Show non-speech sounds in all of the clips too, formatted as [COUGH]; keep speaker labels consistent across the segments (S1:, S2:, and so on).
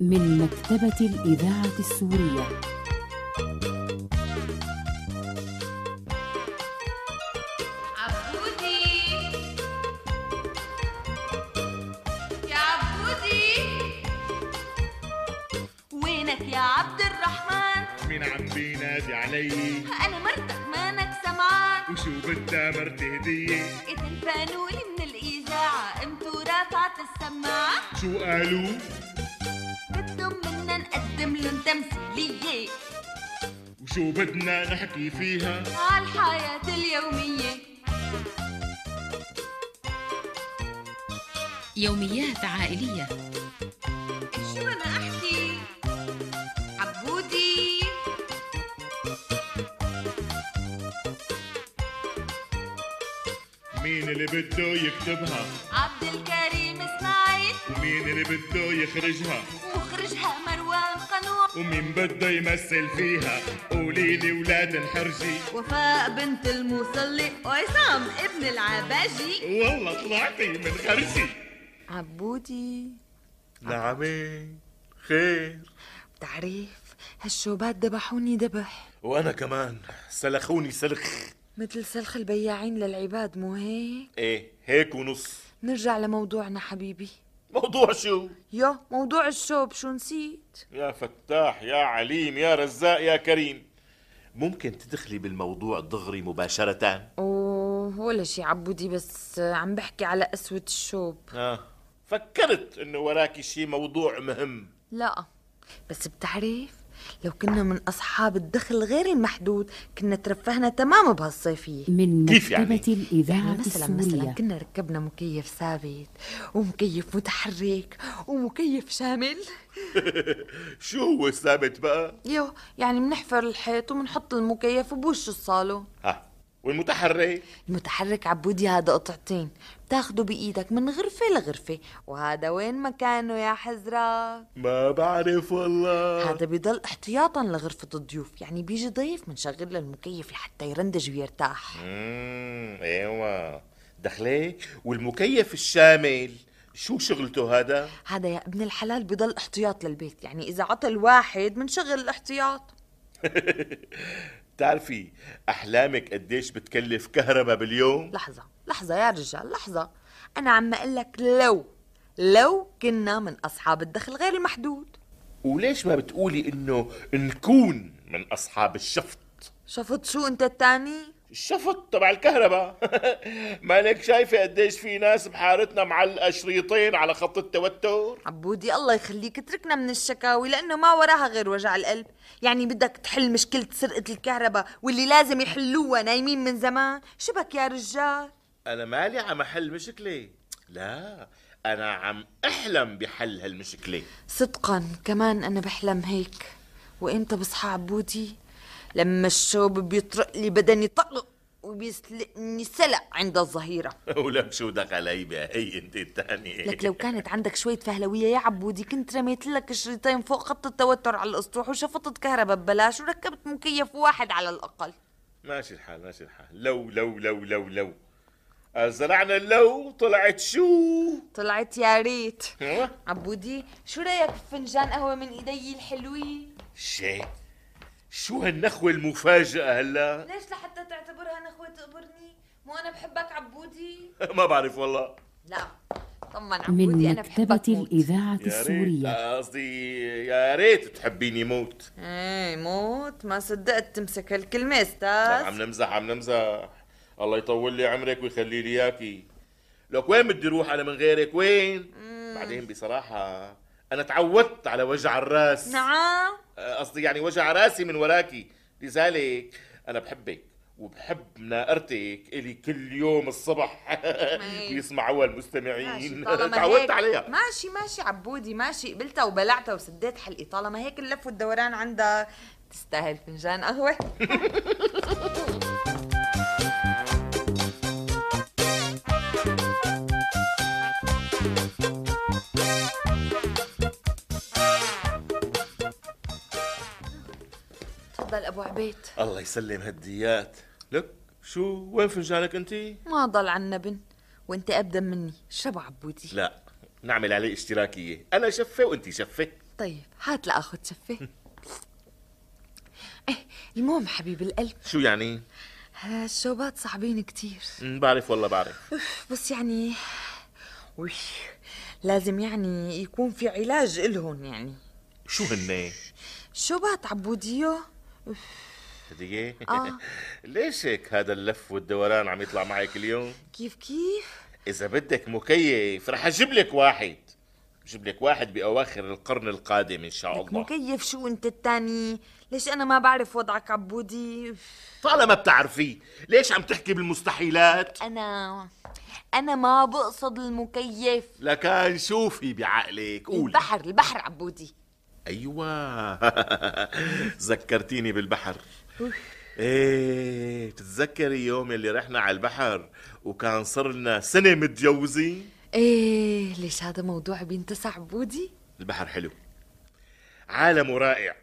S1: من مكتبة الإذاعة السورية
S2: عبودي يا عبودي وينك يا عبد الرحمن
S3: مين عم بينادي علي
S2: انا مرتك مانك سمعان
S3: وشو بدها مرتي هدية
S2: إذا الفانولي من الإذاعة قمتوا رافعة السماعة
S3: شو قالوا
S2: بدهم منا نقدم لهم تمثيلية
S3: وشو بدنا نحكي فيها
S2: عالحياة اليومية
S4: يوميات عائلية
S2: شو أنا أحكي عبودي
S3: مين اللي بده يكتبها
S2: عبد الكريم إسماعيل
S3: ومين اللي بده يخرجها
S2: مخرجها مروان قنوع
S3: ومين بده يمثل فيها قولي لي ولاد الحرجي
S2: وفاء بنت المصلي وعصام ابن العباجي
S3: والله طلعتي من خرجي
S5: عبودي
S6: نعمين خير
S5: بتعرف هالشوبات ذبحوني ذبح
S6: وانا كمان سلخوني سلخ
S5: مثل سلخ البياعين للعباد مو هيك
S6: ايه هيك ونص
S5: نرجع لموضوعنا حبيبي
S6: موضوع شو
S5: يا موضوع الشوب شو نسيت
S6: يا فتاح يا عليم يا رزاق يا كريم ممكن تدخلي بالموضوع دغري مباشرة
S5: اوه ولا شي عبودي بس عم بحكي على قسوة الشوب
S6: آه. فكرت انه وراكي شي موضوع مهم
S5: لا بس بتعرف لو كنا من أصحاب الدخل غير المحدود كنا ترفهنا تمام بهالصيفية
S1: من
S6: كيف يعني؟
S1: مكتبة الإذاعة
S5: يعني مثلا مثلا
S1: السورية
S5: كنا ركبنا مكيف ثابت ومكيف متحرك ومكيف شامل
S6: شو هو الثابت بقى؟
S5: يو يعني منحفر الحيط ومنحط المكيف وبوش الصالون
S6: ها والمتحرك؟
S5: المتحرك عبودي هذا قطعتين بتاخده بإيدك من غرفة لغرفة وهذا وين مكانه يا حزرة
S6: ما بعرف والله
S5: هذا بيضل احتياطا لغرفة الضيوف يعني بيجي ضيف منشغل له المكيف لحتى يرندج ويرتاح
S6: امم ايوه دخلي والمكيف الشامل شو شغلته هذا؟
S5: هذا يا ابن الحلال بيضل احتياط للبيت يعني إذا عطل واحد منشغل الاحتياط
S6: بتعرفي احلامك قديش بتكلف كهرباء باليوم؟
S5: لحظة لحظة يا رجال لحظة أنا عم أقول لك لو لو كنا من أصحاب الدخل غير المحدود
S6: وليش ما بتقولي انه نكون من اصحاب الشفط؟
S5: شفت شو أنت التاني؟
S6: الشفط تبع الكهرباء [LAUGHS] مالك شايفه قديش في ناس بحارتنا معلقه شريطين على خط التوتر؟
S5: عبودي الله يخليك اتركنا من الشكاوي لأنه ما وراها غير وجع القلب يعني بدك تحل مشكلة سرقة الكهرباء واللي لازم يحلوها نايمين من زمان شبك يا رجال
S6: انا مالي عم احل مشكله لا انا عم احلم بحل [LAUGHS] هالمشكله
S5: صدقا كمان أنا بحلم هيك وإمتى بصحى عبودي لما الشوب بيطرق لي بدني طق وبيسلقني سلق عند الظهيره
S6: ولك شو دخل علي بهي انت الثانيه
S5: لك لو كانت عندك شوية فهلوية يا عبودي كنت رميت لك شريطين فوق خط التوتر على الأسطوح وشفطت كهرباء ببلاش وركبت مكيف واحد على الأقل
S6: ماشي الحال ماشي الحال لو لو لو لو لو زرعنا اللو طلعت شو
S5: طلعت يا ريت
S6: أيوة.
S5: عبودي شو رأيك في فنجان قهوة من إيدي الحلوين؟
S6: شي شو هالنخوه المفاجاه هلا [LAUGHS]
S5: ليش لحتى تعتبرها نخوة تقبرني؟ مو أنا بحبك عبودي؟
S6: ما بعرف والله
S5: لا طمن
S1: من
S5: عبودي أنا
S1: مكتبة
S5: بحبك موت
S1: الإذاعة
S6: يا ريت
S1: السورية
S5: يعني.
S6: آه، قصدي يا ريت تحبيني موت
S5: ايه موت ما صدقت تمسك هالكلمة
S6: لا، نعم، عم
S5: استاذ
S6: نمزح عم نمزح الله يطول لي عمرك ويخلي لي اياكي لك وين بدي اروح انا من غيرك وين بعدين بصراحه انا تعودت على وجع الراس
S5: نعم
S6: قصدي يعني وجع راسي من وراكي لذلك انا بحبك وبحب ناقرتك الي كل يوم الصبح [LAUGHS] يسمعوها المستمعين [LAUGHS] تعودت
S5: هيك-
S6: عليها
S5: ماشي ماشي عبودي ماشي قبلتها وبلعتها وسديت حلقي طالما هيك اللف والدوران عندها تستاهل فنجان قهوة تفضل ابو عبيد
S6: الله يسلم هالديات لك شو وين فنجانك انت
S5: ما ضل عنا بن وانت اقدم مني شبع عبودي
S6: لا نعمل عليه اشتراكيه انا شفه وانت شفه
S5: طيب هات لاخذ شفه [LAUGHS] إيه، المهم حبيب القلب
S6: شو يعني؟
S5: هالشوبات صعبين كتير
S6: مم، بعرف والله بعرف
S5: بس يعني وي لازم يعني يكون في علاج إلهم يعني
S6: شو هن؟
S5: شوبات عبوديو
S6: هدية؟
S5: آه.
S6: [LAUGHS] ليش هيك هذا اللف والدوران عم يطلع معك اليوم؟
S5: كيف كيف
S6: إذا بدك مكيف رح أجيب لك واحد بجيب لك واحد بأواخر القرن القادم إن شاء
S5: لك
S6: الله
S5: مكيف شو انت التاني ليش انا ما بعرف وضعك عبودي
S6: طالما بتعرفيه ليش عم تحكي بالمستحيلات؟
S5: انا انا ما بقصد المكيف
S6: لكان شوفي بعقلك قولي
S5: البحر البحر عبودي
S6: ايوه [LAUGHS] ذكرتيني بالبحر ايه بتتذكري يوم اللي رحنا على البحر وكان صار لنا سنه متجوزين
S5: ايه ليش هذا موضوع بينتسع عبودي
S6: البحر حلو عالمه رائع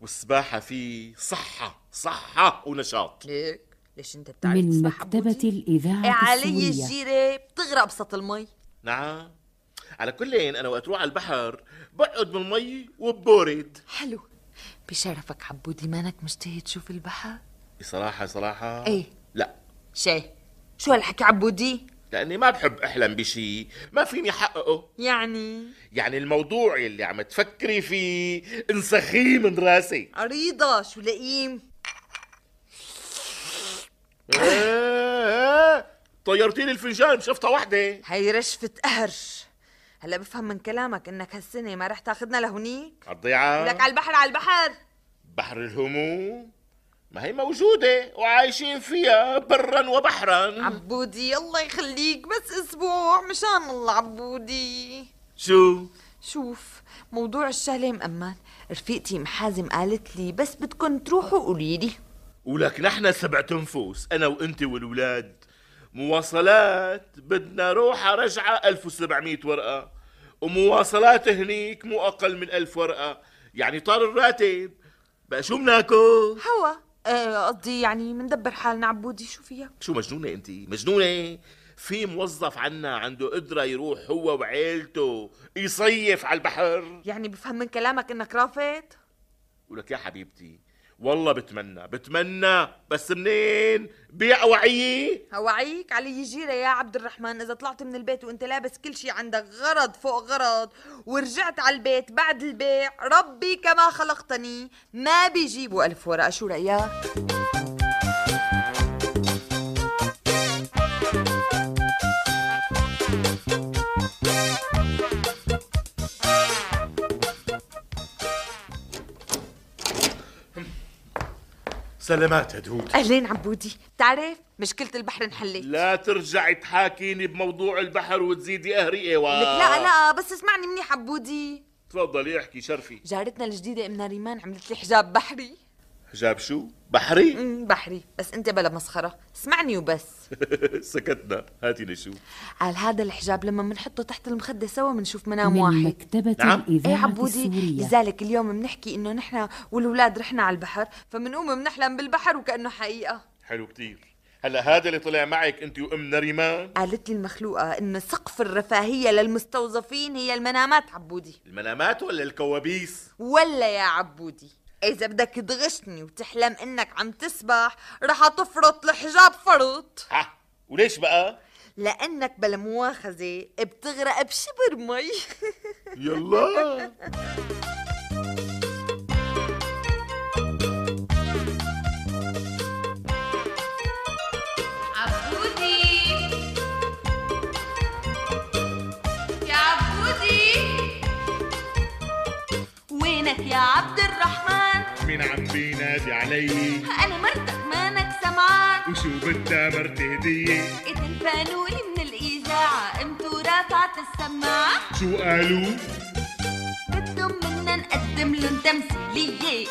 S6: والسباحه فيه صحه صحه ونشاط
S5: ليك ليش انت بتعرف
S1: من
S5: تسبح
S1: مكتبة
S5: عبودي؟ إيه
S1: الإذاعة
S5: علي
S1: السورية
S5: الجيرة بتغرق بسط المي
S6: نعم على كل إن انا وقت روح على البحر بقعد بالمي وبورد
S5: حلو بشرفك عبودي مانك مشتهي تشوف البحر
S6: صراحه صراحه
S5: إيه.
S6: لا
S5: شي شو هالحكي عبودي
S6: لاني ما بحب احلم بشيء ما فيني حققه
S5: يعني
S6: يعني الموضوع اللي عم تفكري فيه انسخيه من راسي
S5: عريضة شو لئيم
S6: طيرتي لي إيه؟ الفنجان بشفطه وحده
S5: هاي رشفة قهر هلا بفهم من كلامك انك هالسنة ما رح تاخذنا لهنيك لك
S6: الضيعه
S5: على البحر على البحر
S6: بحر الهموم ما هي موجوده وعايشين فيها برا وبحرا
S5: عبودي الله يخليك بس اسبوع مشان الله عبودي
S6: شو
S5: شوف موضوع الشهلة مأمن رفيقتي محازم قالت لي بس بدكم تروحوا قولي لي
S6: ولك نحن سبع تنفوس انا وانت والولاد مواصلات بدنا روحة رجعة 1700 ورقة ومواصلات هنيك مو أقل من 1000 ورقة يعني طار الراتب بقى شو بناكل؟
S5: هوا آه، قصدي يعني مندبر حالنا عبودي شو فيها
S6: شو مجنونة انت؟ مجنونة؟ في موظف عنا عنده قدرة يروح هو وعيلته يصيف على البحر
S5: يعني بفهم من كلامك انك رافض
S6: ولك يا حبيبتي والله بتمنى بتمنى بس منين؟ بيع وعيه
S5: هوعيك علي جيرة يا عبد الرحمن إذا طلعت من البيت وأنت لابس كل شي عندك غرض فوق غرض ورجعت على البيت بعد البيع ربي كما خلقتني ما بيجيبوا ألف ورقة شو رأيك؟
S6: سلامات هدهود
S5: أهلين عبودي بتعرف مشكلة البحر انحلت
S6: لا ترجعي تحاكيني بموضوع البحر وتزيدي قهري ايوه
S5: لك لا لا بس اسمعني منيح عبودي
S6: تفضلي احكي شرفي
S5: جارتنا الجديدة امنا ريمان عملت لي حجاب بحري
S6: حجاب شو بحري [LAUGHS]
S5: أمم، بحري بس انت بلا مسخرة اسمعني وبس
S6: سكتنا هاتي نشوف
S5: قال هذا الحجاب لما بنحطه تحت المخدة سوا بنشوف منام
S1: من
S5: واحد
S1: مكتبة
S6: نعم.
S5: ايه
S1: الإذاعة
S5: عبودي
S1: السورية
S5: لذلك اليوم بنحكي انه نحن والولاد رحنا على البحر فبنقوم بنحلم بالبحر وكانه حقيقه
S6: حلو كتير هلا هذا اللي طلع معك انت وام نريمان
S5: قالت لي المخلوقه ان سقف الرفاهيه للمستوظفين هي المنامات عبودي
S6: المنامات ولا الكوابيس
S5: ولا يا عبودي اذا بدك تغشني وتحلم انك عم تسبح رح تفرط الحجاب فرط
S6: ها وليش بقى
S5: لانك بلا مؤاخذه بتغرق بشبر مي [LAUGHS]
S6: يلا
S2: عبودي يا عبودي وينك يا عبد الرحمن
S3: مين عم بينادي علي
S2: انا مرتك مانك سمعان
S3: وشو بدها مرتي هدية
S2: اذا الفانولي من الاذاعه قمت ورافعت السماعه
S3: شو قالوا
S2: بدهم منا نقدم لهم تمثيليه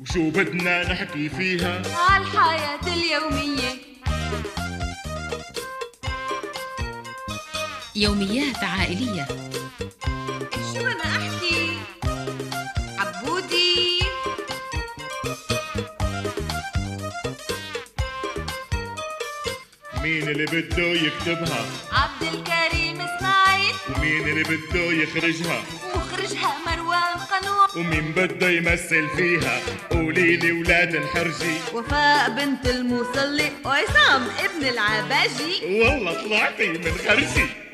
S3: وشو بدنا نحكي فيها
S2: عالحياه اليوميه
S1: يوميات عائلية
S2: شو بدنا احكي عبودي
S3: مين اللي بده يكتبها
S2: عبد الكريم اسماعيل
S3: ومين اللي بده يخرجها
S2: مخرجها مروان
S5: وهو قنوع
S6: ومين بده يمثل فيها قولي لي ولاد الحرجي
S5: وفاء بنت المصلي وعصام ابن العباجي
S6: والله طلعتي من خرجي